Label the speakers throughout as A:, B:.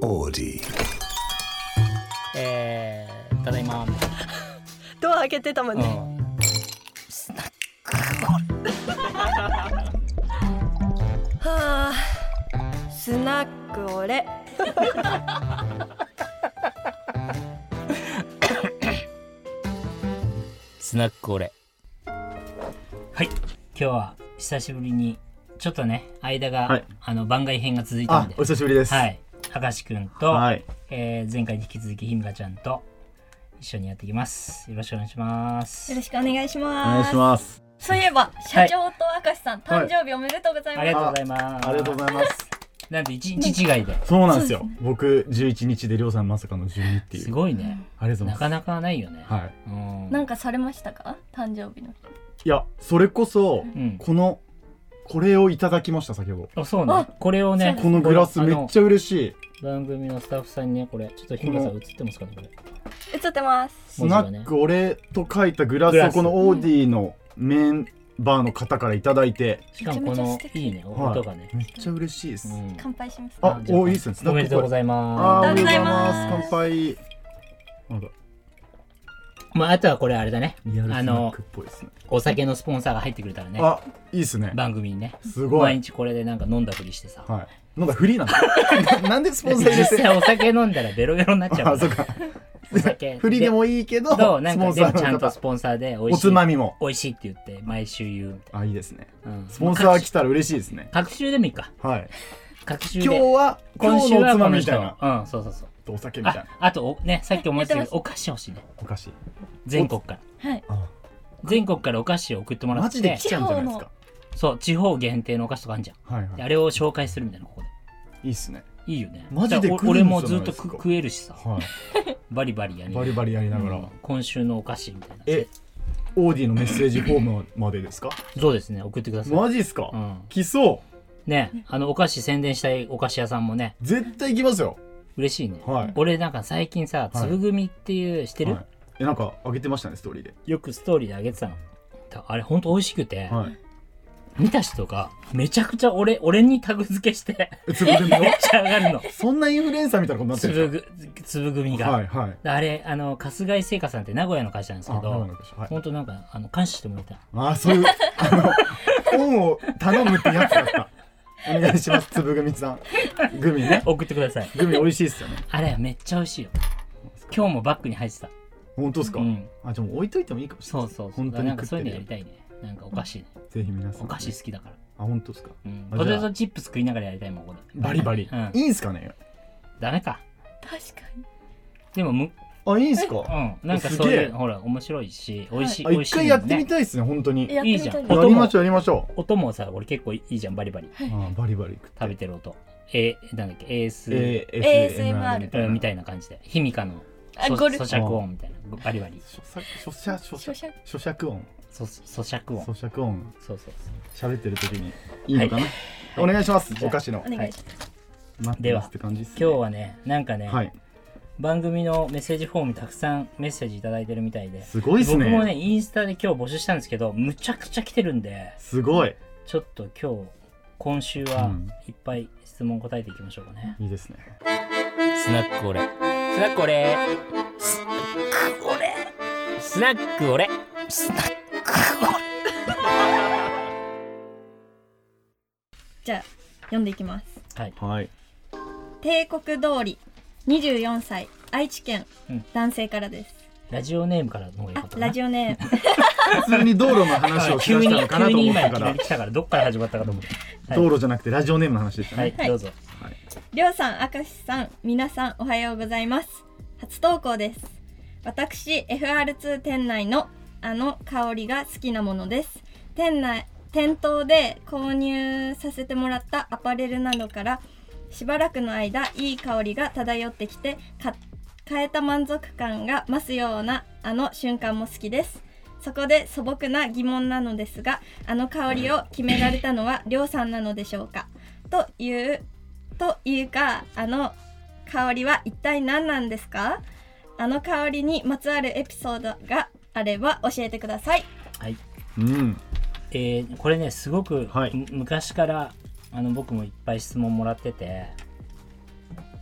A: オーディ
B: えー、ただいまみたいな
C: ドア開けてたもんね、
B: うん
C: はあスナックオレ
B: スナック俺はい今日は久しぶりにちょっとね間が、
D: はい
B: あの番外編が続いた
D: あ
B: んで、
D: お久しぶりです。
B: はい明石くんと、
D: はい
B: えー前回に引き続きひむかちゃんと一緒にやっていきますよろしくお願いします
E: よろしくお願いし
D: お願
E: ま
D: い
E: す。
D: します。
E: そういえば、社長と明石さん、
D: はい
E: 誕生日おめでとうござい
B: あ
E: ま
B: り
E: す。
B: がとうございます
D: ありがとうございます。
B: なんで一日違いで
D: そうなんですよ。僕11日でりょうさんまさかの12っていう。
B: す
D: い。
B: ごいね
D: ありがとう
B: な
D: ござ
B: か
D: いま
B: なかないよね、
D: す。はい。
B: うん
E: なんかされましたか誕生日の日。
D: いやそれこそ
B: うん
D: このこれをいただきました先ほど。
B: あそうね
E: あ
B: これをね
D: このグラスめっち
B: ゃ
D: ゃ嬉しい。
B: 番組のスタッフさんにねこれちょっと日村さん映ってますかねこれ
C: 映ってます
D: スナック俺と書いたグラ
B: グ
D: ス
B: ラ
D: を
B: ス
D: このオーディのメンバーの方からいただいて。
B: しかもこのいいね
D: はい
B: 音がね、
D: めっちゃ嬉しいです。
B: うん
E: 乾杯します。
D: あ
B: じゃ
D: おいいっすねスナック
B: おめでとうござい
D: あー
B: ま
D: おめでとうござい
E: あ
D: ま
E: りがとう
D: す。乾
E: ご
D: 杯。なんか
B: すまああとはこれあれだね
D: リアルス
B: あ
D: ナッ
B: の
D: クっぽいですね。
B: お酒のスポンサーが入ってくれたらね
D: あいいですね。
B: 番組にね
D: すご
B: 毎
D: い。
B: 日これでなんか飲んだふりしてさ、
D: はい。なんかフリーなんだ。 ななんでスポンサー入れ
B: 実
D: て
B: 際お酒飲んだらベロベロになっちゃう か
D: あ、そっ
B: ら
D: か。
B: お酒
D: フリーでもいいけど、
B: どうなんかでもちゃんと
D: ス
B: スポンサーで美
D: ポンサーの方
B: 味
D: お
B: しい
D: つまみも。
B: 美味しいって言って毎週言うみたい
D: あ、いいですね。
B: な、うん
D: スポンサー来たら嬉しいですね。
B: 各週でもいいか
D: はい。
B: 各週で
D: 今日は、今
B: 今
D: 日
B: 週
D: のお
B: は
D: つ
B: こ
D: まみ
B: の
D: み
B: 人
D: たいな。
B: うんそうそうそう
D: お酒みた
B: あ
D: いな。
B: あとおねさっき思ってたけどお菓子欲しいね
D: お菓子。
B: 全国から
E: はい。
D: あ
B: 全国からお菓子を送ってもらって
D: マジで来ちゃうんじゃないですか。
B: そう地方限定のお菓子とかあんじゃん
D: はい
B: で
D: は
B: あれを紹介するみたいなここ
D: い。いいっすね。
B: でいいよね
D: マジで
B: だから
D: 来
B: お
D: る
B: 俺
D: んじゃな
B: も
D: い
B: ずっとく
D: ですか
B: 食えるしさ
D: はい。
B: バリバリやりなが
D: バ
B: ら
D: リバリやりなが
B: うん
D: ら。
B: 今週のお菓子みたいな
D: え、オーディのメッセージフォームまでですか
B: そうですね送ってください、
D: マジっす
B: う
D: か
B: ん、
D: 来そう。
B: ねあのお菓子宣伝したいお菓子屋さんもね
D: 絶対行きますよ。
B: 嬉しいね、
D: はい
B: 俺なんか最近さ粒組っていうしてる、
D: はいえ、なんか、あげてましたね、ストーリーで。
B: よくストーリーであげてたのだあれほんと美味しくて、
D: はい。
B: 見た人がめちゃくちゃ俺俺にタグ付けして
D: え、つぶでも
B: めっちゃ上がるの
D: そんなインフルエンサーみたいなことになってる
B: 粒
D: んで
B: ぐ粒組
D: す
B: が、
D: かはいはい。
B: あれあの春日井製菓さんって名古屋の会社なんです
D: あ
B: け
D: 生
B: ど
D: の串はい
B: 本当なんかあの監視してもらいたい
D: あ、そういう、あの、本を頼むってやつだった。お願いします、つぶぐみさん。グミね。
B: 送ってください
D: グミ美味しいっすよね。
B: あれめっちゃ美味しいよ今日もバッグに入ってた
D: 本当ですか、
B: うん
D: あ、じゃあもう置いといてもいいかもしれ
B: そ
D: な
B: う
D: い。
B: そうそう
D: 本
B: だか
D: 当
B: ら
D: に
B: なんかそういうのや
D: 食ってる
B: りたいねなんかお菓子ね
D: ぜひ皆さん、
B: お菓子好きだから、
D: あ、本当ですか
B: うん、
D: あ
B: ポテ
D: じゃ
B: ト
D: あ
B: チップス食いながらやりたいもんこれ
D: バリバリ。
B: うん
D: いいんすかね
B: ダメか
E: 確かに。
B: でもむ
D: あ、いいんす
B: う
D: か
B: んなんかそうい
D: すげえ
B: うほら面白いし美味しい、
D: あ、
B: 美味
D: 一
B: しいの
D: 回
B: ね
D: やってみたいっすね、本当に。や
E: やってみた
B: いい
E: い
B: じゃん
E: な。
B: 音も
D: りましょう、やりましょ
B: 音もさ俺結構いいじゃんバリバリ
D: う。あ、バリバリ食って。
B: 食べてる音えなんだっけ AS、
D: A- ASMR
E: ASMR
D: みた
B: う
D: い
B: んみ
D: な。
B: たいな感じでヒミカの
E: あ
B: そ
E: ゴル
B: 咀嚼音みたいなバリバリ
D: 咀嚼咀嚼
E: 咀嚼
D: 咀嚼音。
B: そ咀嚼音
D: 咀嚼音。
B: そうそう
D: 喋ってる時に。いいのかな、お願いします、お菓子の
E: お。願いします。
D: 待ってますって感じっす、ね。
B: 今日はねなんかね、
D: はい。
B: 番組のメッセージフォームたくさんメッセージいただいてるみたいです
D: ごいっすね。
B: 僕もねインスタで今日募集したんですけどむちゃくちゃ来てるんです
D: ごい。
B: ちょっと今日今週
D: う
B: は
D: ん
B: いっぱい質問答えていきましょうかね、
D: いいですね。
B: スナックオレスナックオレスナックオレスナックオレ
E: じゃあ、読んでいきます。
B: はい
D: はい。
E: 帝国通り、24歳、愛知県
B: うん、
E: 男性からです。
B: ラジオネームからの方がよか
E: あ
B: っ、たな
E: ラジオネーム。
D: 普通に道路の話をし
B: 急
D: ま
B: に
D: したのかな
B: 急
D: と
B: に
D: 思っ
B: 今
D: た
B: い
D: か
B: きなり
D: ら、
B: 来たからどっから始まったかと思ったはい
D: 道路じゃなくてラジオネームの話でした
B: はい
D: ね。
B: どうぞ
E: りょうさん、明石さん、皆さんおはようございます。初投稿です。私、FR2 店内のあの香りが好きなものです。店内、店頭で購入させてもらったアパレルなどからしばらくの間、いい香りが漂ってきて、か変えた満足感が増すようなあの瞬間も好きです。そこで素朴な疑問なのですが、あの香りを決められたのはりょうさんなのでしょうかというというかあの香りは一体何なんですかあの香りにまつわるエピソードがあれば教えてください
B: はい
D: うん。
B: えーこれねすごく、
D: はい
B: む昔からあの僕もいっぱい質問もらってて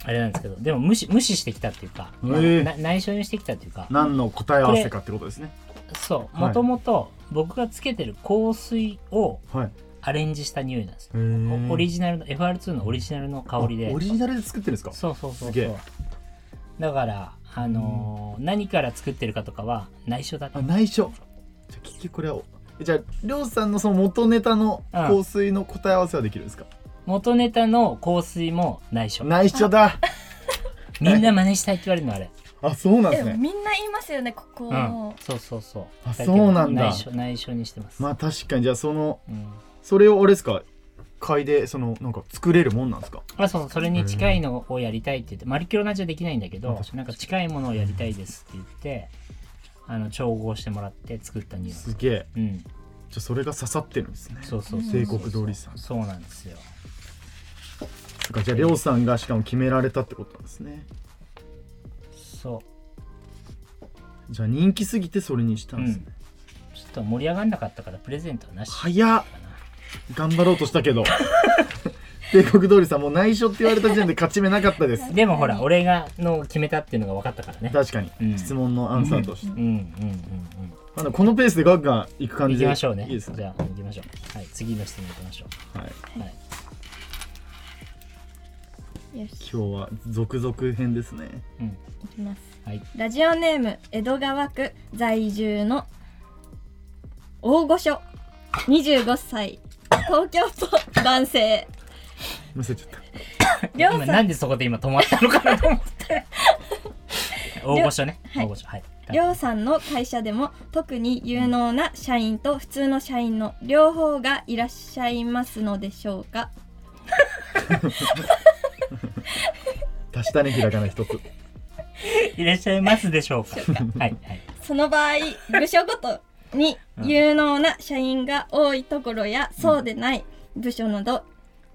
B: あれなんですけどでも無視無視してきたっていうか、まあ
D: ええ
B: な内緒にしてきたっていうか
D: 何の答え合わせかってことですね
B: そう
D: はい
B: もともと僕がつけてる香水を
D: はい
B: アレンジした匂いなんですよ、おオ
D: オ
B: リジナルの FR2 のオリジナルの香りで
D: オリジナルで作ってるんですか
B: そうそうそう
D: すげ
B: そう
D: え
B: だから、あのー何から作ってるかとかは内緒だった
D: あ内緒じゃあ結局これはじゃありょうさんのその元ネタの香水の答え合わせはできるんですか、
B: 元ネタの香水も内緒
D: 内緒だ
B: みんな真似したいって言われるのあれ
D: あそうなんで
E: え
D: すね
E: みんな言いますよねここ、
B: うんそうそうそう
D: あ
B: けど
D: そうなんだ
B: 内緒内緒にしてます、
D: まあ確かにじゃあその
B: うん
D: それをあれですか買いでそのなんか作れるもんなんですか
B: まあ、そうそれに近いのをやりたいって言ってマリキュロナじゃできないんだけ
D: あ
B: ど
D: 確かに
B: なんか近いものをやりたいですって言ってあの調合してもらって作ったニュース
D: すげえ
B: うん
D: じゃあそれが刺さってるんですね
B: そうそうそう
D: 帝国通りさん
B: そうなんですよ
D: そっかじゃありょうさんがしかも決められたってことなんですね
B: そ
D: じゃあ人気すぎてそれにした
B: う、うん
D: ですね
B: ん、、ちょっと盛り上がんなかったからプレゼントはなし
D: 早っ頑張ろうとしたけど 帝国通りさんもう内緒って言われた時点で勝ち目なかったです
B: でもほら俺がの決めたっていうのが分かったからね
D: 確かに、
B: うん
D: 質問のアンサーとして、
B: うんうんうん
D: まだこのペースでガンガンいく
B: うん
D: 感
B: 行
D: じ
B: き
D: で
B: ましょうね
D: いいですね
B: じゃあ行きましょうはい次の質問行きましょ
D: はい、
B: うはい
E: よし
D: 今日は続々編ですね
B: うん
E: いきます
B: はい
E: ラジオネーム江戸川区在住の大御所25歳東京都男 性
D: むせちゃった
E: りょう
B: 今
E: さ
B: なんんでそこで今止まったのかなと思って 大御所ね、
E: はい
B: 大御所はい
E: りょうさんの会社でも特に有能な社員と普通の社員の両方がいらっしゃいますのでしょうか
D: 足したねひらがな一つ
B: いらっしゃいますでしょうか はいはい
E: その場合部署ごとに有能な社員が多いところやそうでない部署など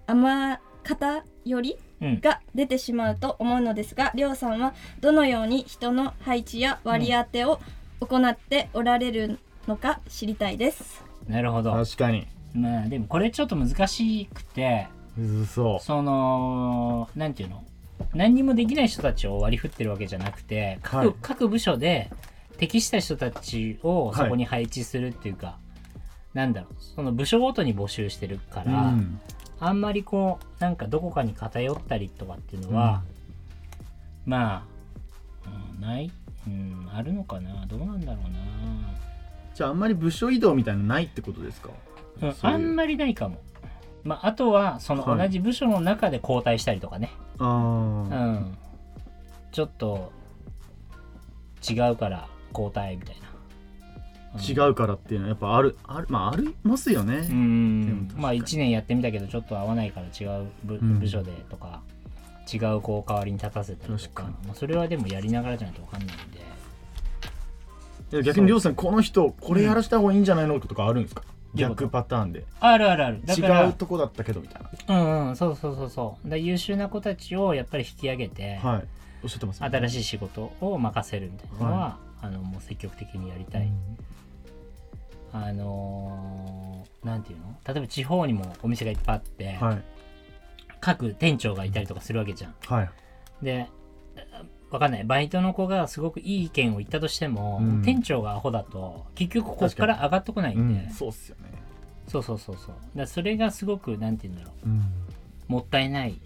E: 甘方より
B: うん
E: が出てしまうと思うのですが、りょうさんはどのように人の配置や割り当てを行っておられるのか知りたいです。
B: なるほど
D: 確かに
B: まあでもこれちょっと難しくて
D: むずそ
B: そのなんていうの何にもできない人たちを割り振ってるわけじゃなくて各,、
D: はい
B: 各部署で適した人たちをそこに配置するっていうか、なんだろうその部署ごとに募集してるか
D: う、う
B: ら、
D: ん、
B: あんまりこうなんかどこかに偏ったりとかっていうのは、まあ、うんない、うん、あるのかなどうなんだろう
D: じゃああんまり部署移動みたいなのないってことですか
B: な、うん
D: そうい
B: あ
D: う
B: んまりないかも、まあ、あとはその
D: は
B: 同
D: い
B: じ部署の中で交代したりとかね、
D: あー、
B: うんちょっと違うから交代みたいな、うん
D: 違うからっていうのはやっぱあるあるまあありますよね、
B: うん
D: でも
B: まあ1年やってみたけどちょっと合わないから違う部,、
D: うん
B: 部署でとか違うこう代わりに立たせたりと
D: 確
B: か
D: か
B: まあ、それはでもやりながらじゃないと分かんないんで
D: いや逆にりょうさんこの人これやらした方がいいんじゃないのとかあるんですか、
B: うん
D: 逆パターンで
B: あるあるあるだから
D: 違うとこだったけどみたい
B: う
D: な
B: んうんそうそうそうそうだ優秀な子たちをやっぱり引き上げて、
D: はいおっしゃってます、
B: 新
D: い
B: しい仕事を任せるみたいなのは、あのもう積極的にやりたい、あのーなんていうの例えば地方にもお店がいっぱいあって、
D: はい
B: 各店長がいたりとかするわけじゃん
D: はい
B: でわかんないバイトの子がすごくいい意見を言ったとしても、
D: うん
B: 店長がアホだと結局ここから上がってこないんで、
D: そうっすよね、
B: そうそうそうそうだからそれがすごくなんて言うんだろう
D: うん
B: もったいない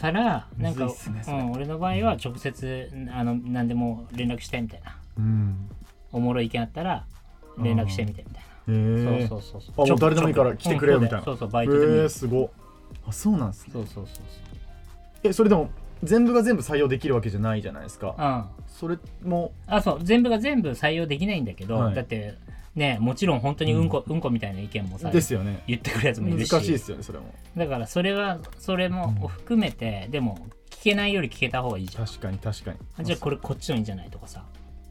B: からなんか、
D: むずいっすね
B: う
D: それ
B: ん、俺の場合は直接あの何でも連絡してみたいな
D: うん、
B: おもろい意見あったら連絡してみてみたい
D: へえ
B: な、
D: ー、
B: そうそうそう
D: あもう
B: ちょ
D: 誰でもいいから
B: ちょ
D: 来てくれよみたいな
B: うんそうだよそうそうバ
D: え
B: イトでもいい、
D: ー、すごっあそうなんですね
B: そうそうそうそう
D: えそれでも全部が全部採用できるわけじゃないじゃないです
B: う
D: か
B: ん
D: それも
B: あそう全部が全部採用できないんだけど、
D: はい
B: だってねもちろん本当にうんこ、うん、こみたいな意見もさ
D: ですよね
B: 言ってくるやつもい
D: 難
B: る
D: し
B: し
D: いですよねそれも
B: だからそれはそれも含めて、でも聞けないより聞けた方がいいじゃん
D: 確かに確かに
B: あじゃあこれこっちのいいんじゃないとかさ、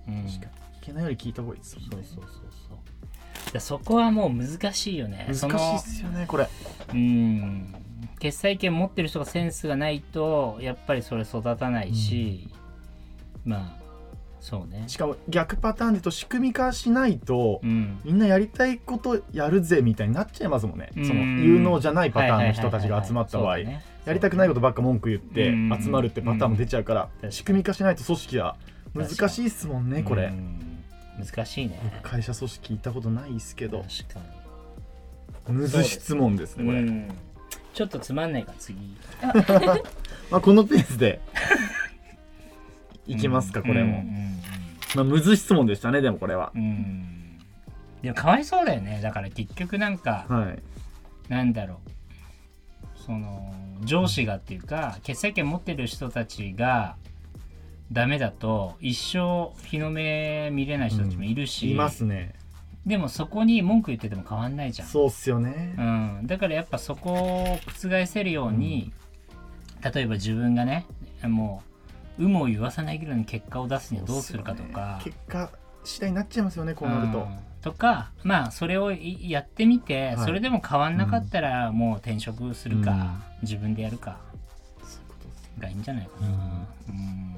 B: うん、
D: 確かに聞けないより聞いた方がいいですよね
B: そうそうそうそう。だそこはもう難しいよね。その
D: 難しいですよねこれ
B: うん。決裁権持ってる人がセンスがないとやっぱりそれ育たないし、まあそうね
D: しかも逆パターンで言うと仕組み化しないと、
B: うん
D: みんなやりたいことやるぜみたいになっちゃいますもんね、
B: うん
D: その有能じゃないパターンの人たちが集まった場合、やりたくないことばっか文句言って
B: うん
D: 集まるってパターンも出ちゃうから、
B: うん
D: 仕組み化しないと組織は難しいっすもんねこれ、
B: 難しいね
D: 僕会社組織行ったことないっすけ
B: 確
D: ど
B: かに
D: むず質問ですねこれ、
B: うんちょっとつまんないから次
D: まあ、このペースで いきますかこれも、
B: うん
D: まあ、むず質問でしたねでもこれは
B: う、んうんでもかわいそうだよねだから結局なんか
D: はい
B: なんだろうその上司がっていうか決裁権持ってる人たちがダメだと一生日の目見れない人たちもいるし、
D: いますね
B: でもそこに文句言ってても変わんないじゃん
D: そうっすよね、
B: うん、だからやっぱそこを覆せるように、例えば自分がねもう有無を言わさないぐらいの結果を出すにはどうするかとか、
D: そうっすよね結果次第になっちゃいますよねこうなると、
B: うんとかまあそれをいやってみて、
D: はい
B: それでも変わんなかったらもう転職するか、
D: うん
B: 自分でやるかがいいんじゃないかな、うん、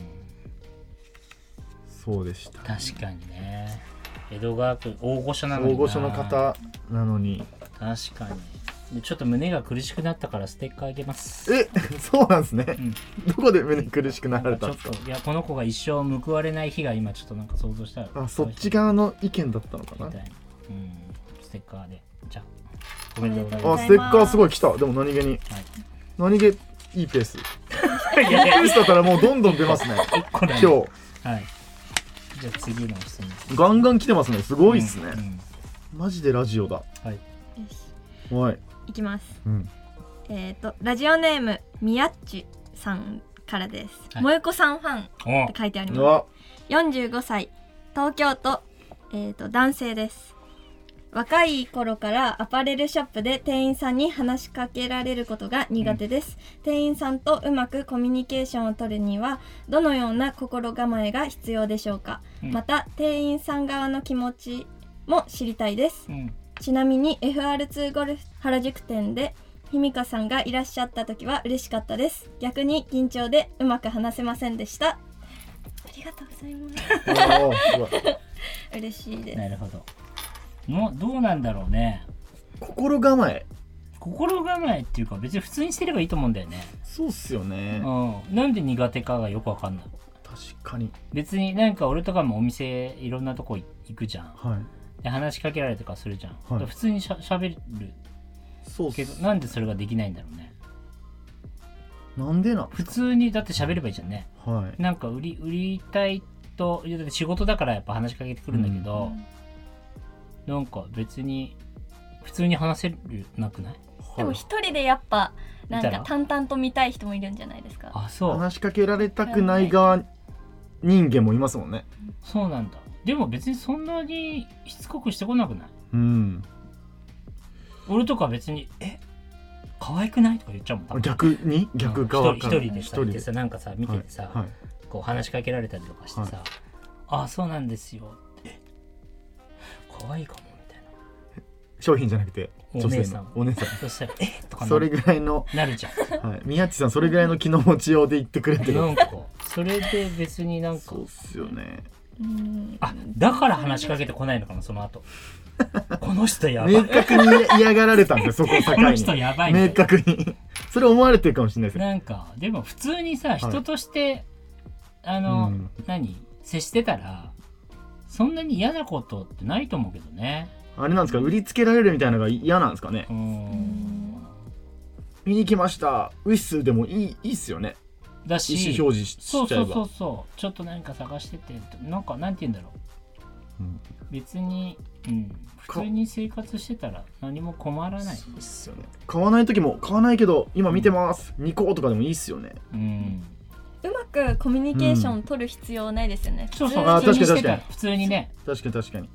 D: そうでした
B: 確かにね江戸川区大御所なのに
D: 大
B: な
D: 御所の方なのに
B: 確かにでちょっと胸が苦しくなったからステッカーあげます
D: え そうなんですね、
B: ん
D: どこで胸苦しくなら
B: な
D: れ
B: んか
D: た
B: ち
D: ん
B: ょっ
D: ですか
B: といやこの子が一生報われない日が今ちょっとなんか想像したら
D: あそっち側の意見だったのか
B: み
D: な
B: たいなうんステッカーでじゃあおめでとうございま
D: あ
B: す
D: ステッカーすごい来たでも何気に何気いいペースいい
B: はいいやい
D: ペ
B: や
D: ースだったらもうどんどん出 ますね
B: 1個だ
D: 今
B: はいじゃあ次の質問す
D: 日ガンガン来てますねすごいっすね、
B: うん
D: マジでラジオだ
B: はい
E: よし
D: はい、
E: いきます
D: うん、
E: えっ、とラジオネームみやっちさんからです、
B: はい
E: もえこさんファンって
B: お
E: 書いてあり
D: う
E: ます
D: わ
E: 45歳東京都、えー、と男性です若い頃からアパレルショップで店員さんに話しかけられることが苦手です、店員さんとうまくコミュニケーションを取るにはどのような心構えが必要でしょうか、
B: うん
E: また店員さん側の気持ちも知りたいです
B: うん
E: ちなみに FR2 ゴルフ原宿店でひみかさんがいらっしゃった時は嬉しかったです逆に緊張でうまく話せませんでしたありがとうございます
D: うわうわ
E: 嬉しいです。
B: なるほどのどうなんだろうね
D: 心構え
B: 心構えっていうか別に普通にしてればいいと思うんだよね、
D: そうっすよね
B: うん、なんで苦手かがよくわかんない
D: 確かに
B: 別になんか俺とかもお店いろんなとこ行くじゃん
D: はい
B: で話しかけられたりとかするじゃん、
D: はい
B: 普通にしゃしゃべる
D: そうっ
B: けど
D: す
B: なんでそれができないんだろうね
D: なんでな
B: 普通にだって喋ればいいじゃんね
D: はい
B: なんか売り売りたいといやだって仕事だからやっぱ話しかけてくるんだけど、なんか別に普通に話せるなくない
E: でも一人でやっぱなん
B: 見た
E: から淡々と見たい人もいるんじゃないですか。
B: あそう
D: 話しかけられたくない側人間もいますもんね
B: そうなんだでも別にそんなにしつこくしてこなくない
D: うん
B: 俺とか別に「え可愛くない?」とか言っちゃうもん多分
D: 逆に逆側
B: 一
D: か
B: 人
D: ら
B: 一人でさいてさなんかさ見ててさ、
D: はいはい
B: こう話しかけられたりとかしてさ「ああそうなんですよ」って「可愛いかも」みたいな
D: 商品じゃなくて
B: お
D: 女性
B: 姉さん
D: のお姉さん
B: そしたら「えとかな
D: それぐらいの、
B: なるじゃん
D: はい、宮地さんそれぐらいの気の持ち ようで言ってくれて る
B: なんかそれで別になんか
D: そうっすよね
E: うん
B: あだから話しかけてこないのかなその 後この人やば
D: 明
B: い
D: 確に嫌嫌がられたんですよそこを 境
B: この人
D: に
B: やばいみたい
D: 明
B: な
D: 確にそれ思われてるかもしれないですね
B: なんかでも普通にさ人として、あの、
D: うん
B: 何接してたらそんなに嫌なことってないと思うけどね
D: あれなんですか売りつけられるみたいなのが嫌なんですかね
B: うーん
D: 見に来ましたウィッスでもいいいいっすよね
B: だ
D: 意
B: し
D: 思表示し
B: そ
D: し
B: う
D: ちゃ
B: そ
D: え
B: うそ
D: ば
B: うそうちょっとなんか探しててなんかなんて言うんだろ
D: うん
B: う別に、うん、普通に生活してたら何も困らない
D: そうっすよね買わない時も買わないけど今見てます2個とかでもいいっすよね
B: うん
E: うまくコミュニケーション取る必要ないですよね。
B: そうそう
D: あ
B: 普通に
D: 確かに
B: してたら
D: 確か
B: 普通にね
D: 確かに確かに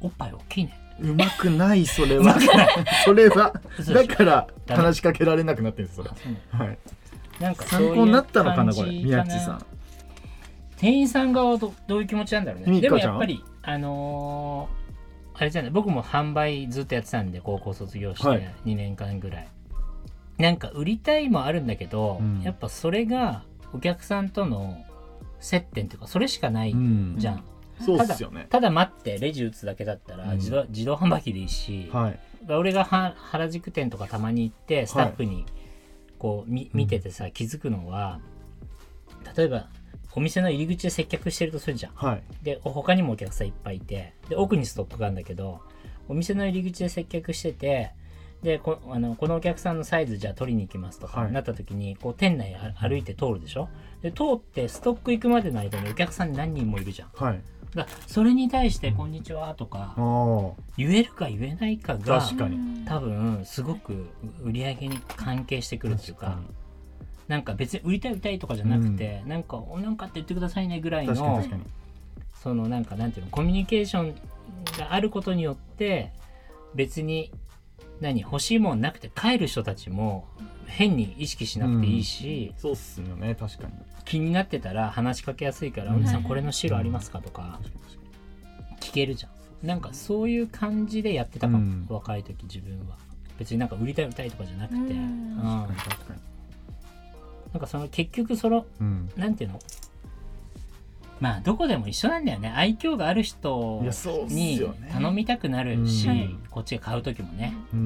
B: おっぱい大きいね
D: うまくないそれ はそれは
B: 嘘で
D: だ
B: しょ
D: から
B: ダメ
D: 話しかけられなくなってるんですそれ
B: あそうなの
D: はい
B: なんかそういう
D: 参考になったのかなこれ
B: 感じ
D: 宮地さん
B: 店員さん側はどどういう気持ちなんだろう
D: ミ
B: ね
D: カち
B: で
D: ゃん
B: もやっぱりあのーあれじゃない僕も販売ずっとやってたんで高校卒業して
D: はい
B: 2年間ぐらい、なんか売りたいもあるんだけど、
D: うん
B: やっぱそれがお客さんとの接点っていうかそれしかない
D: うん
B: じゃん、
D: そう
B: た
D: っ
B: だ
D: すよね
B: ただ待ってレジ打つだけだったら
D: うん
B: 自動,、自動販売機でいいし、
D: はい
B: 俺がは原宿店とかたまに行ってスタッフにこう、み見ててさ気づくのは例えばお店の入り口で接客してるとするじゃん
D: はい
B: で他にもお客さんいっぱいいてで奥にストップがあるんだけどお店の入り口で接客しててでこあのこのお客さんのサイズじゃあ取りに行きますとか、
D: はい
B: なった時にこう店内あ歩いて通るでしょで通ってストック行くまでの間にお客さん何人もいるじゃん
D: はい
B: だからそれに対して「こんにちは」とか
D: ああ
B: 言えるか言えないかが
D: 確かに
B: 多分すごく売り上げに関係してくるっていうか
D: 確かに
B: なんか別に売りたい売りたいとかじゃなくて、なんかおなんかって言ってくださいねぐらいの
D: 確かに確かに
B: そのなんかなんていうのコミュニケーションがあることによって別に何欲しいもんなくて帰る人たちも変に意識しなくていいし、
D: そうっすよね確かに
B: 気になってたら話しかけやすいから「お
D: うん
B: 兄さんこれの白ありますか?」とか
D: 確かに確かに
B: 聞けるじゃんなんかそういう感じでやってたかも、
D: うん
B: 若い時自分は別になんか売りたい売りたいとかじゃなくて、
E: う
B: うん
E: ん
D: 確か
B: な
D: に確かに
B: んかその結局その
D: うん
B: なんていうのまあどこでも一緒なんだよね愛嬌がある人
D: いやそうっす
B: に
D: よね
B: 頼みたくなるし、
D: うん
B: こっちが買う時もね
D: う
B: うん、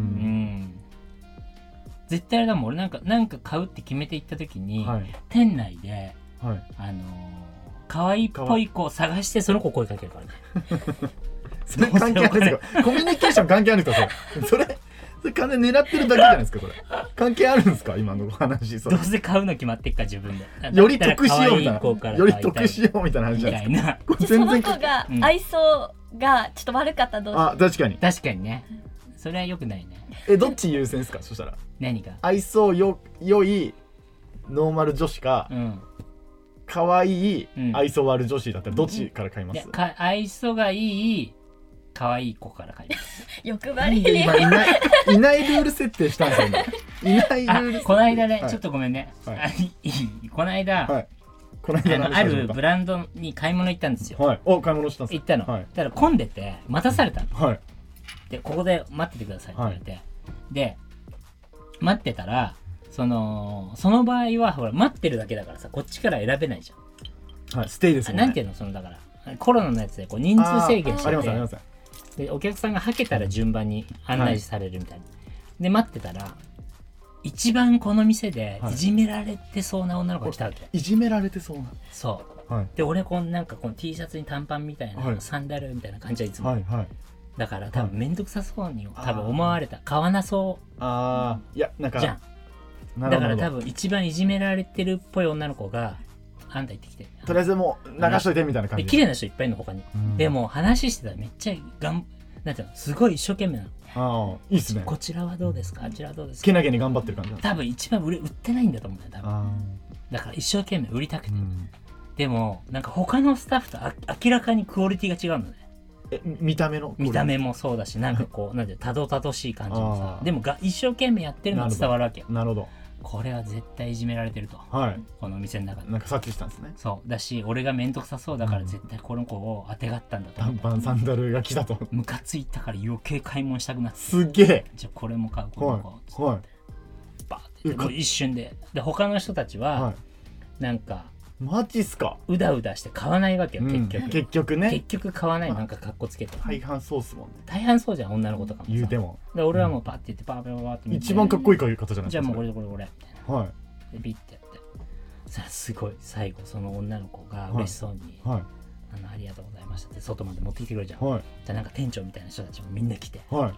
D: ん
B: 絶対あれだもん俺なんかなんか買うって決めて行った時に、
D: はい
B: 店内で
D: はい
B: あのー可愛いっぽい子を探してその子声かけるからね
D: それ関係ある んですかコミュニケーション関係あるんですかそれそれそれ完全に狙ってるだけじゃないですかこれ関係あるんですか今のお話そ
B: ど
D: れ
B: うせ買うの決まってっから自分で
D: より得しようみた
B: だったら可愛い子
D: い
B: か
D: な
B: ら
D: より得し
B: よ
D: ようみたいな話
B: み
D: じゃな
B: た
D: い
B: いな
D: ですかこれ
E: そ
D: 全
E: の
D: 然
E: 子が
B: うん
E: 愛想がちょっと悪かったらどうしよ
D: あ確かに
B: 確かにねそれは良くないね
D: えどっち優先ですかそしたら
B: 何か
D: 愛想よ良いノーマル女子か
B: うん
D: 可愛い
B: うん
D: 愛想悪女子だったらどっちから買いま
B: いや
D: す
B: か愛想がいい可愛い子から買います
E: う欲
D: な
E: 張り
D: んで
E: に
D: 今いないいないルール設定したんですよ今い ないル
B: あ
D: ール設定
B: この間ね、
D: はい
B: ちょっとごめんね、
D: はい
B: あいいこの間、
D: はいこの
B: あ
D: 間
B: の
D: 何
B: あ
D: し
B: る
D: たん
B: ブ
D: で
B: ランドに買い物行ったんです
D: す
B: よ
D: かはいお買い物したんです
B: 行ったの、
D: はい
B: ただ混んでて待たされたの
D: かはい
B: でここで待っててくださいって言われて、で待ってたらそのその場合はほら待ってるだけだからさこっちから選べないじゃん
D: はいステイです
B: あ
D: もん
B: な
D: ね
B: んていうのそのだからコロナのやつでこう人数制限し
D: あ
B: て
D: りますありま
B: て
D: す
B: でお客さんがはけたら順番に案内されるみたいな、で待ってたら一番この店で
D: はい
B: いじめられてそうな女の子が来たわけ、
D: いじめられてそう
B: そう
D: なはい
B: で俺こんなんかこの T シャツに短パンみたいな、
D: はい
B: サンダルみたいな感じはいつも、
D: はいはい
B: だから多分面倒くさそうに
D: あー
B: 多分思われた買わなそ
D: あーいやなん
B: う
D: か
B: じゃん
D: なる
B: だ
D: ほ
B: か
D: ど
B: ら多分一番いじめられてるっぽい女の子があんた行ってきて
D: とりあえずもう流しといてみたいな感
B: で
D: じ
B: 綺麗な人いっぱいいるの他に、
D: うん
B: でも話してたらめっちゃがんなんていうのすごい一生懸命なの
D: ああいいっすね
B: こちらはどうですかあちらはどうですか
D: けなげに頑張ってる感じなんです
B: 多分一番売れ売ってないんだと思うんだよ多分
D: あ
B: だから一生懸命売りたくて、
D: ーうん
B: でもなんか他のスタッフとあ明らかにクオリティが違うのね
D: え見た目の
B: 見た目もそうだしなんかこう なんていうのたどたどしい感じもさ
D: あー
B: でもが一生懸命やってるのが伝わるわけよ
D: なるほど
B: これは絶対いじめられてると
D: はい
B: この店の中で
D: なんかさっきしたんですね
B: そうだし俺が面倒くさそうだから
D: うん
B: 絶対この子をあてがったんだと
D: 短
B: 思った
D: パンサンダルが来たと
B: ムカついたから余計買い物したくなって
D: すげえ
B: じゃあこれも買うこの子を
D: は
B: つっ
D: いは
B: てバーって
D: え
B: でもう一瞬でで他の人たち
D: いは
B: はいなんか
D: マジっすか
B: うだうだして買わないわけよ
D: う
B: 結
D: ん
B: 局、
D: 結局
B: 結
D: ね
B: 局買わないなんか格好つけて、
D: 大半そうっすもんね
B: 大半そうじゃん女の子とかもさ
D: 言うても
B: で俺はもうパッて言ってパーパーパーって見て
D: 一番かっこいい方じゃない
B: じ
D: で
B: ゃあ
D: す
B: も
D: か
B: う
D: そ
B: こ
D: れ
B: れこれこれみたいな
D: は
B: でビッてやってさあすごい最後その女の子が嬉しそうに
D: いは
B: 「あのありがとうございました」って外まで持ってきてくれるじゃん
D: いはい
B: じゃあなんか店長みたいな人たちもみんな来て
D: はい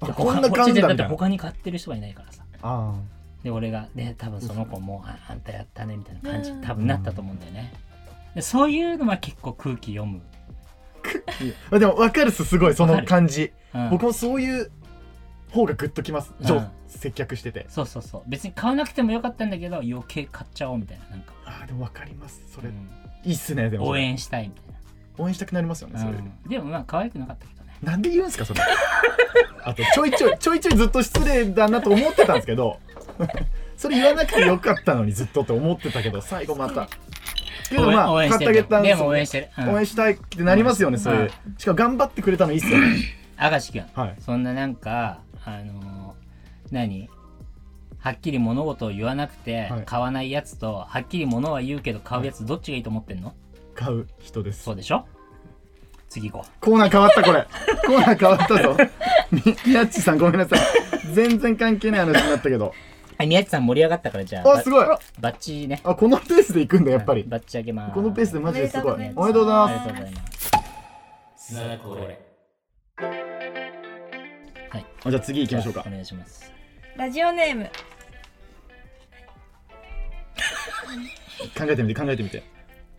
D: あ
B: で
D: こんな
B: こっ
D: 感
B: ち
D: じ
B: でだ
D: だ
B: っ
D: み
B: て
D: たいな
B: 他に買ってる人がいないからさ
D: ああ
B: で俺がで多分その子もああんたやったねみたいな感じ
E: うん
B: 多分なったと思うんだよねでそういうのは結構空気読む、
D: いやあでも分かるっすすごいそ
B: わか
D: の
B: る
D: 感じ、
B: うん
D: 僕もそういう方がグッときます、
B: うん
D: 上接客してて
B: そうそうそう別に買わなくてもよかったんだけど余計買っちゃおうみたいななんか、
D: あーでも分かりますそれ、
B: うん
D: いいっすねでもそ
B: 応
D: れ
B: 援したいみたいな
D: 応援したくなりますよねそれ、
B: うんでもまあ可愛くなかったけどね
D: なんで言うんすかそれ あとちょいちょいちょいちょいずっと失礼だなと思ってたんですけど それ言わなくてよかったのにずっとと思ってたけど最後またけどまあ
B: 応援応援して
D: 買ってあげ
B: る
D: たん
B: で
D: です
B: も
D: よ
B: 応
D: ね
B: 援してる、うん
D: 応援したいってなりますよ
B: う
D: ね、
B: ん
D: それしかも頑張ってくれたのいいっすよね
B: 明石君
D: はい
B: そんななんかあのー何はっきり物事を言わなくて
D: はい
B: 買わないやつと、はっきり物は言うけど買うやつどっちがいいと思ってんの
D: 買う人です
B: そうでしょ次行こう
D: コーナー変わったこれコーナー変わった ぞみ宮地さんごめんなさい全然関係ない話になったけど
B: はい宮地さん盛り上がったからじゃあ
D: あすごい
B: ばバッチね
D: あこのペースで行くんだやっぱり
B: バッチ上げます
D: このペースで
B: あ
D: マジですご
E: お
D: い
E: めで
D: おめでとうござい
B: り
D: ま
B: が
D: す
B: とうございます砂これはい
D: あじゃあ次行きましょう
B: じ
D: か
B: ゃあお願いします
E: ラジオネーム
D: 考えてみて考えてみて
E: い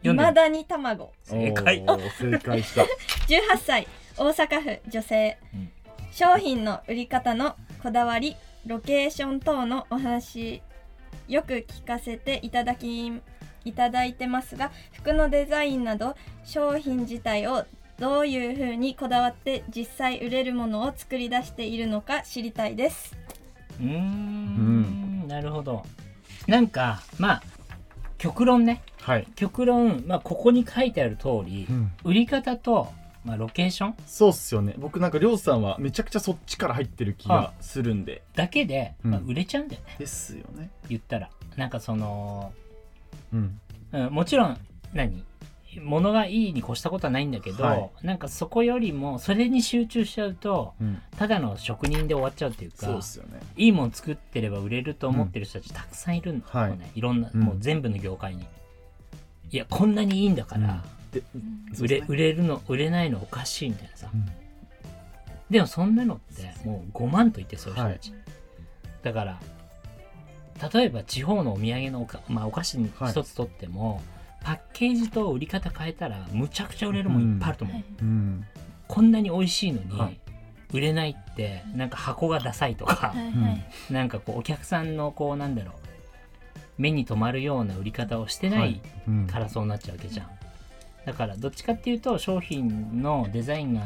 B: 読んで
E: まだに卵
B: 正解
D: おー正解 した
E: 18歳大阪府女性、
B: うん
E: 商品の売り方のこだわりロケーション等のお話よく聞かせていただきいただいてますが服のデザインなど商品自体をどういう風にこだわって実際売れるものを作り出しているのか知りたいです。
B: うーんなるほどなんかまあ極論ね
D: はい、
B: 極論、まあ、ここに書いてある通り、売り方と、まあ、ロケーション
D: そうっすよね僕なんかりょうさんはめちゃくちゃそっちから入ってる気がするんで、
B: だけで、
D: うん
B: まあ、売れちゃうんだよね、
D: ですよね
B: 言ったらなんかその、
D: うん
B: うん、もちろん何物がいいに越したことはないんだけど、
D: はい
B: なんかそこよりもそれに集中しちゃうと
D: うん
B: ただの職人で終わっちゃうっていう
D: そう
B: か
D: っすよね
B: いいもん作ってれば売れると思ってる人たちたくさんいるんだよね、い、ろんな、
D: うん
B: もう全部の業界にいやこんなにいいんだから、
D: で
B: 売れ売れるの売れないのおかしいみたいなさ、
D: うん
B: でもそんなのってもう5万と言ってそういう人たち、だから例えば地方のお土産のおか、まあ、お菓子に一つとっても、パッケージと売り方変えたらむちゃくちゃ売れるもんいっぱいあると思う、
D: うん
B: こんなに美味しいのに、
D: はい
B: 売れないってなんか箱がダサいとか、
D: はい
B: なんかこうお客さんのこうなんだろう目に留まるような売り方をしてない
D: うん
B: からそうなっちゃうわけじゃん、だからどっちかっていうと商品のデザインが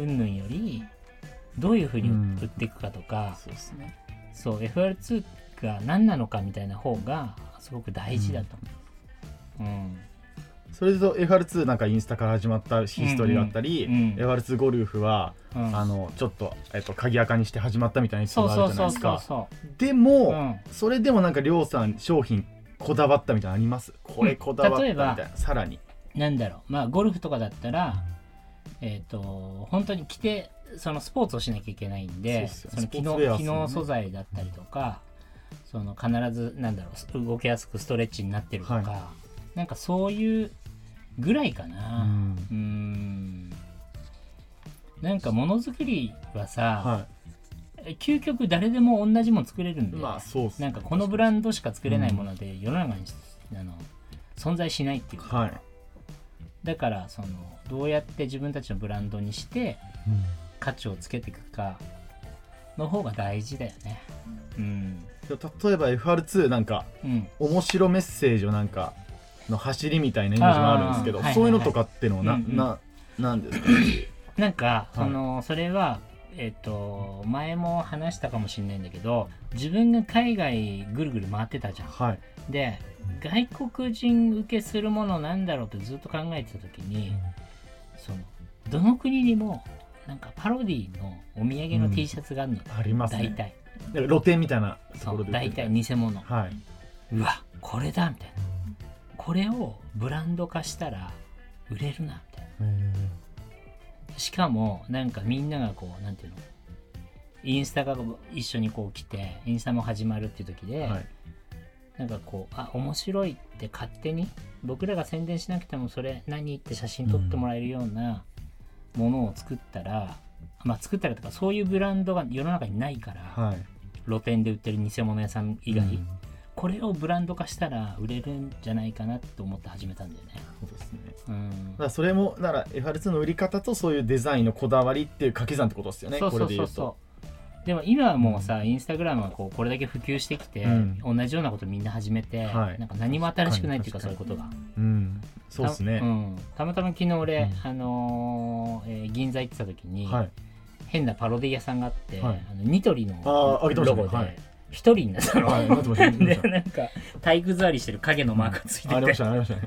B: うんぬんよりどういうふうに
D: うん
B: 売っていくかとか、
D: そうっすね
B: そう FR2 が何なのかみたいな方がすごく大事だと思う、うん
D: それと FR2 なんかインスタから始まったヒストリーがあったり、
B: うんうんうん
D: FR2 ゴルフは、
B: うん
D: あのちょっと,、えっと鍵垢にして始まったみたいなエピソ
B: そ
D: ー
B: う
D: ドがあ
B: そ
D: る
B: うそそうそ
D: じゃないうですかでも、
B: う、うん、
D: それでもなんかりょうさん商品こだわったみたいなのありますこれこだわったみたいな、
B: 例
D: さらに
B: なんだろうまあゴルフとかだったらえっ、と本当に着てそのスポーツをしなきゃいけないんで
D: そうっすよ
B: の
D: スポ
B: 機
D: ーツウ
B: 能
D: ェアっす
B: 機
D: もんね
B: 能素材だったりとかその必ずなんだろう動きやすくストレッチになってるとか、
D: は
B: なんかそういうぐらいか
D: う
B: なうん
D: ん
B: ーんなんかものづくりはさ、
D: は
B: 究極誰でも同じもん作れるん
D: い
B: で、
D: まあそうっす
B: なんかこのブランドしか作れないもので世の中にあの存在しないっていうか
D: はい、
B: だからそのどうやって自分たちのブランドにして価値をつけていくかの方が大事だよねうん
D: 例えば FR2 なんか
B: うん
D: 面白メッセージをなんかの走りみたいなイメージもあるんですけど、
B: あーはいはいはい
D: そういうのとかってのはな、
B: うんうん
D: ななんですか
B: なんか、
D: はい
B: そのそれはえっ、と前も話したかもしれないんだけど自分が海外ぐるぐる回ってたじゃん
D: はい
B: で外国人受けするものなんだろうってずっと考えてた時にそのどの国にもなんかパロディのお土産の T シャツがあるの、
D: あります
B: 大
D: ね
B: 体
D: なんか露店みたいなと
B: そ
D: ころ
B: う
D: で売って
B: 大
D: る
B: 体偽物
D: はいう
B: わこれだみたいなこれをブランド化したら売れるなみたいなしかもなんかみんながこうなんていうのインスタが一緒にこう来てインスタも始まるっていう時で、
D: はい
B: なんかこうあ面白いって勝手に僕らが宣伝しなくてもそれ何って写真撮ってもらえるようなものを作ったら、まあ作ったらとかそういうブランドが世の中にないから、
D: はい
B: 露店で売ってる偽物屋さん以外、これをブランド化したら売れるんじゃないかなと思って始めたんだよね。
D: そうですね
B: うん
D: だか、らそれもなら FR2 の売り方とそういうデザインのこだわりっていう掛け算ってことですよね
B: そうそうそう
D: こ
B: そう。でも今はもうさ、インスタグラムはこうこれだけ普及してきて、
D: うん
B: 同じようなことみんな始めて、
D: はい
B: なんか何も新しくないっていうかそうい
D: 確
B: うことが。
D: れで言うとうんそうです
B: たう
D: ね、
B: ん、たまたま昨日俺、
D: うん
B: あのーえー銀座行ってた時に、
D: はい
B: 変なパロディ屋さんがあって、
D: はい
B: あのニトリの
D: あーあげてまし
B: ロ
D: たね
B: ゴで
D: はい
B: 一人になったの、
D: はいなってました
B: で なんか体育座りしてる影のマークがついてて、
D: ありましたありましたね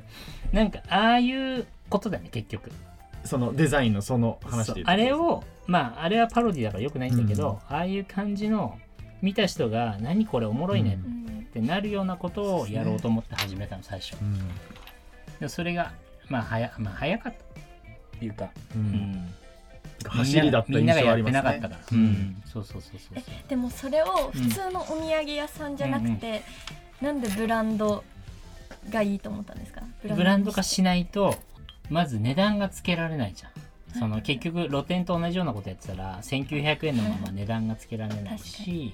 B: なんかああいうことだよね結局
D: そのデザインのその話
B: そ
D: で
B: う
D: 言うと
B: あれをまああれはパロディだからよくないんだけど、ああいう感じの見た人が「何これおもろいね」
D: うん
B: ってなるようなことをやろうと思って始めたの最初
D: うん
B: でそれがまあはや、まあ、早かったっていうか、
D: う、
B: うんん、
D: 走りだった
B: みん
D: 印
B: なが
D: 象
B: や
D: あ
B: っ
D: り
B: て
D: ます
B: な
D: ね
B: かったから、う
D: うん
B: ん、そうそうそうそうそう
E: でもそれを普通のお土産屋さんじゃなくて、なんでブランドがいいと思ったんですか
B: ブランド化しないとまず値段がつけられないじゃんその結局露店と同じようなことやってたら1900円のまま値段がつけられないし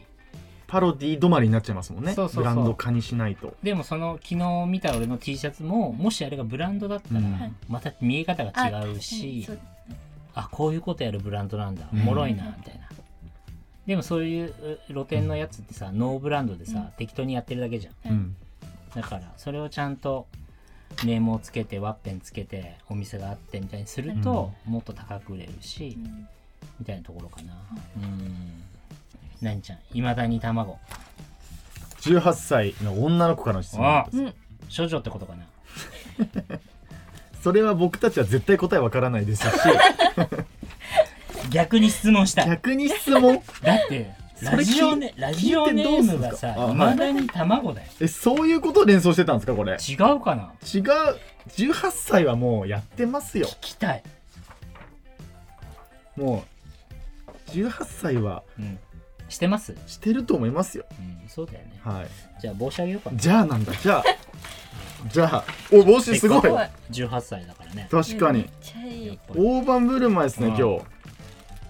D: パロディ止まりになっちゃいますもんね
B: そうそうそう
D: ブランド化にしないと
B: でもその昨日見た俺の T シャツももしあれがブランドだったら
D: うん
B: また見え方が違う
E: うん
B: し
E: そう
B: あこういうことやるブランドなんだお
D: うん
B: もろいなみたいなでもそういうう露店のやつってさノーブランドでさ適当にやってるだけじゃん
E: うん
D: うん
B: だからそれをちゃんとネームをつけてワッペンつけてお店があってみたいにするともっと高く売れるし、
E: うん
B: みたいなところかな。うん。何ちゃん、いまだに卵。
D: 18歳の女の子からの質問
B: あ
E: うん
B: 処女ってことかな。
D: それは僕たちは絶対答えわからないですし
B: 逆に質問したい。
D: 逆に質問
B: だって、
D: それ
B: ラジオネ
D: 聞い
B: ラジオネームが
D: 聞いてどう
B: さ、
D: す
B: い
D: んすかあ
B: まだに卵だよ。
D: えそういうことを連想してたんですかこれ違う
B: 違うかな
D: 18歳はもうやってますよ
B: 聞きたい。
D: もう18歳は
B: うん。してます
D: してると思いますよ
B: うん、そうだよね。
D: はい
B: じゃあ帽子あげようかな。
D: じゃあなんだじゃあじゃあお帽子すごい
E: すごい
B: 18歳だからね。
D: 確か
E: めっ
D: に
E: ちゃい
B: やっ
E: い
B: ぱり
D: 大盤振る舞いですね
B: あ
D: 今日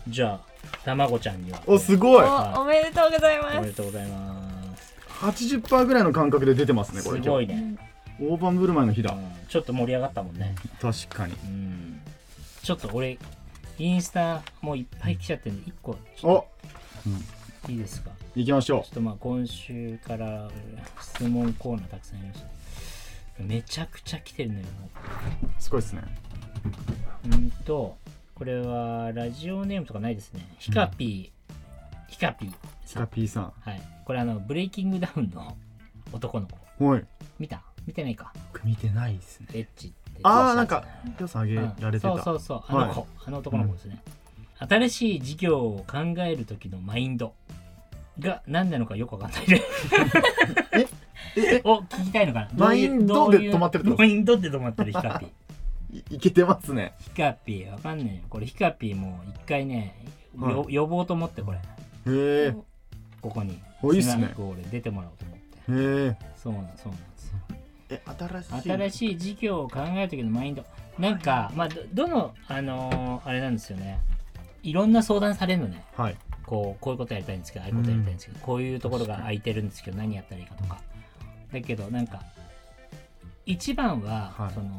B: じゃあ、卵ちゃんには。
D: おす
E: お
D: ごい
E: おめでとうござい
B: お
E: ま
B: め
E: す
B: でとうございます。
D: 80%ぐらいの感覚で出てますねこ
B: す
D: れ今
B: ご
D: 日
B: いね。
D: 大盤振る舞いの日
B: う
D: だ
B: んちょっと盛り上がったもんね。
D: 確かに
B: うんちょっと俺、インスタもういっぱい来ちゃってるんで、1個、ち
D: お
B: ょっといいですか。ち
D: 行きまし
B: ょ
D: ょ
B: っとまあ今週から質問コーナーたくさんありました。めちゃくちゃ来てるのよ。
D: うすごいですね
B: うんと、これはラジオネームとかないですね。ヒカピー、ヒカピー
D: ヒ
B: さ
D: カ
B: ん。
D: ピーさん
B: はい。これあの、ブレイキングダウンの男の子。
D: おい
B: 見た見てないか。
D: 僕見てないですね
B: エッチって。
D: あーなんか皆さんあげられて
B: うんそうそ
D: た
B: うそうあの子、
D: は
B: あの男の子ですね、新しい事業を考える時のマインドが何なのかよくわかんない ね
D: え
B: を聞きたいのかな
D: マインドで
B: どういう
D: 止まってるってこと
B: マインドで止まってるヒカピー
D: いいけてますね
B: ヒカピーわかんないよこれヒカピーも一回ね、
D: はい
B: よ呼ぼうと思ってこれ
D: へえ
B: ここに
D: おいいっすね
B: スナック俺出てもらおうと思って
D: へえ
B: そうなんそうなんですよ
D: え新しい
B: 新しい事業を考える時のマインドなんかまあどどのあのーあれなんですよねいろんな相談されるのね
D: はい
B: こうこういうことやりたいんですけどああいうことやりたいんですけど、こういうところが空いてるんですけど何やったらいいかとかだけどなんか一番は、
D: はい
B: い、その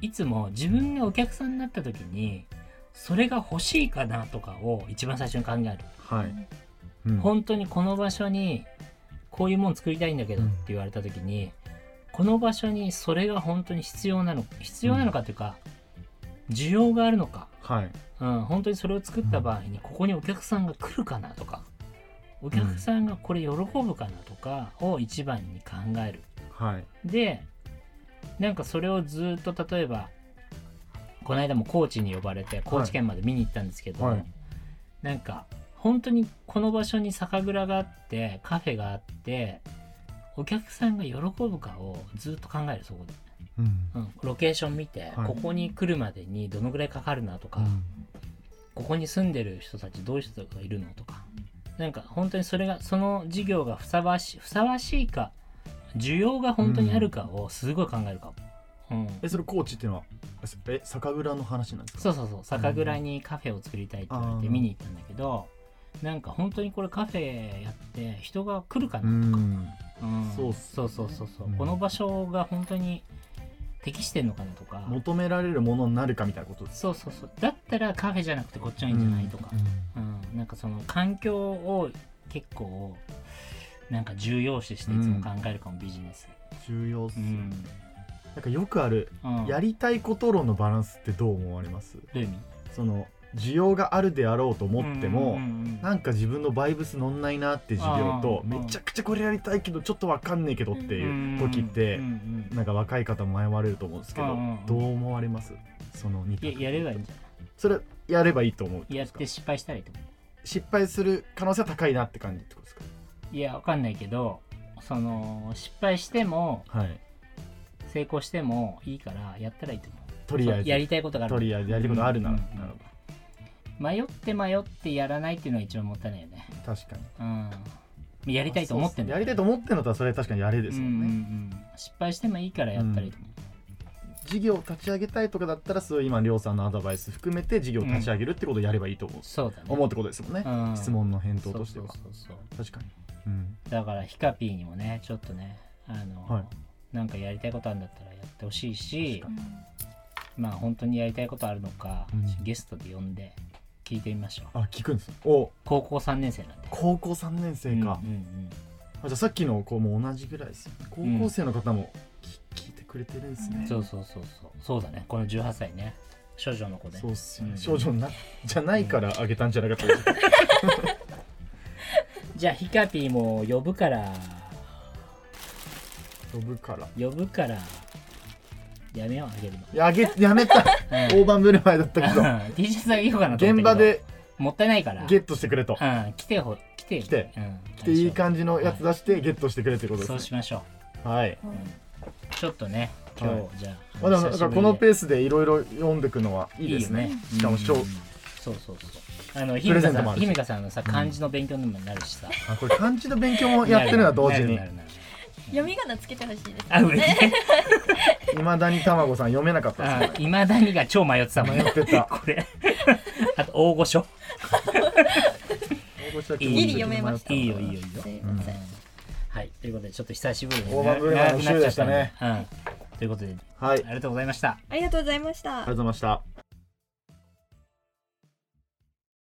B: いつも自分がお客さんになった時にそれが欲しいかなとかを一番最初に考える、
D: はいうん
B: 本当にこの場所にこういうもん作りたいんだけどって言われた時に、この場所にそれが本当に必要なの必要なのかというか、需要があるのか
D: はい
B: うん、本当にそれを作った場合に、ここにお客さんが来るかなとか、お客さんがこれ喜ぶかなとかを一番に考える。
D: はい
B: で、なんかそれをずっと例えば、この間も高知に呼ばれて、高知県まで見に行ったんですけど、
D: はい
B: なんか本当にこの場所に酒蔵があって、カフェがあって、お客さんが喜ぶかをずっと考える、そこで。
D: うん
B: うん、ロケーション見て、
D: はい
B: ここに来るまでにどのぐらいかかるなとか、ここに住んでる人たちどういう人がいるのとかなんか本当にそれがその事業がふさわしいふさわしいか需要が本当にあるかをすごい考えるかも、うん
D: えそれ高知っていうのはえ酒蔵の話なんですか
B: そうそうそう酒蔵にカフェを作りたいって言われて
D: うん
B: 見に行ったんだけどなんか本当にこれカフェやって人が来るか
D: う
B: な、
D: ん
B: うん
D: そうっす
B: そうそうそうそう
D: うん
B: この場所が本当に適してんのかなとか
D: 求められるものになるかみたいなことです
B: そうそうそうだったらカフェじゃなくてこっちがいいんじゃないとか、うん、なんかその環境を結構なんか重要視していつも考えるかも、ビジネス、
D: 重要っす
B: う
D: よね
B: ん
D: なんかよくある
B: うん、
D: や
B: ど
D: りたいこと論のバランスってどう思われます
B: ういう意味
D: その需要があるであろうと思っても、
B: うんうんうん
D: なんか自分のバイブス乗んないなって事業と、
B: うんうん
D: めちゃくちゃこれやりたいけどちょっとわかんねえけどっていう時って、
B: うんうん
D: なんか若い方迷われると思うんですけど、
B: うんうん
D: どう思われますその2
B: いややればいいんじゃ
D: それやればいいと思う
B: ないやって失敗したらいいと思
D: 失敗する可能性は高いなって感じってことです
B: いやわかんないけどその失敗しても
D: かはい
B: 成功してもいいからやったらいいと思う
D: とりあえ
B: そうや
D: ず
B: りたいことがある
D: とりあえずやりたいことあるなら、
B: うん
D: なるほ
B: 迷って迷ってやらないっていうのが一番もったいないよね
D: ど確かに
B: うんやりたいと思ってんだ
D: やりたいと思ってんのとはそれは確かにやれですよね、
B: うんうんうん失敗してもいいからやったらいいと思う、
D: 事業を立ち上げたいとかだったらそういう今亮さんのアドバイス含めて事業を立ち上げるってことをやればいいと思う、
B: そうだね
D: 思うってことですもんね、
B: うん
D: 質問の返答としては
B: そうそうそうそう
D: 確かに、うん、
B: だからヒカピーにもねちょっとねあの、
D: はい
B: なんかやりたいことあるんだったらやってほしいし
D: 確
B: まあ本当にやりたいことあるのか、
D: うん
B: ゲストで呼んで聞いてみましょう
D: あ聞くんですお
B: 高校3年生なんで
D: 高校3年
B: う
D: 生か、
B: んうんうん
D: あじゃあさっきの子も同じぐらいですよね高
B: ん
D: 校生の方もき、聞いてくれてるんですね、
B: そうそうそうそうそうだねこの18歳ね少女の子で
D: そうっすよね、
B: うん
D: 少女になじゃないからあげたんじゃなかったですか、
B: じゃあヒカピーも呼ぶから
D: 飛ぶからい
B: 呼ぶからやめようあげるの
D: やあげやめた大盤振る舞いだったけど
B: T シャツあげようかなと思ったけど
D: 現場で
B: もったいないから
D: ゲットしてくれと
B: うん来てほ来て
D: 来て
B: うん
D: 来ていい感じのやつ出してゲットしてくれってことです
B: そ
D: ね
B: うしましょ
D: はい、
B: う、うんちょっとね今日、
D: は
B: じゃあ
D: まあ、でもなんかこのペ
B: ー
D: ースでいろいろ読んでくのはいいですねしかもしょう
B: そうそうそうあの
D: プ
B: 姫
D: レ
B: 香
D: ゼ
B: さ
D: ントもあ
B: ん
D: るし
B: 姫香さんのさ漢字の勉強にもなるしさ、
D: あこれ漢字の勉強もやってるのは同時に
B: なるなるなる
E: 読み仮名つけてほしいです
B: あ嬉しい
D: いまだにたまごさん読めなかったですね
B: いまだにが超 迷ってたもん
D: 迷って た
B: これあと大御 所ギリ読
E: めました
B: いいよいいよいいよ、
E: すい
B: うん
E: ません
B: はいということでちょっと久しぶりに
D: 大盤振る舞いの週でしたね
B: 長くなっちゃったんでうんということで
D: はいあり
B: ありがとうございました
E: ありがとうございました
D: がとうございました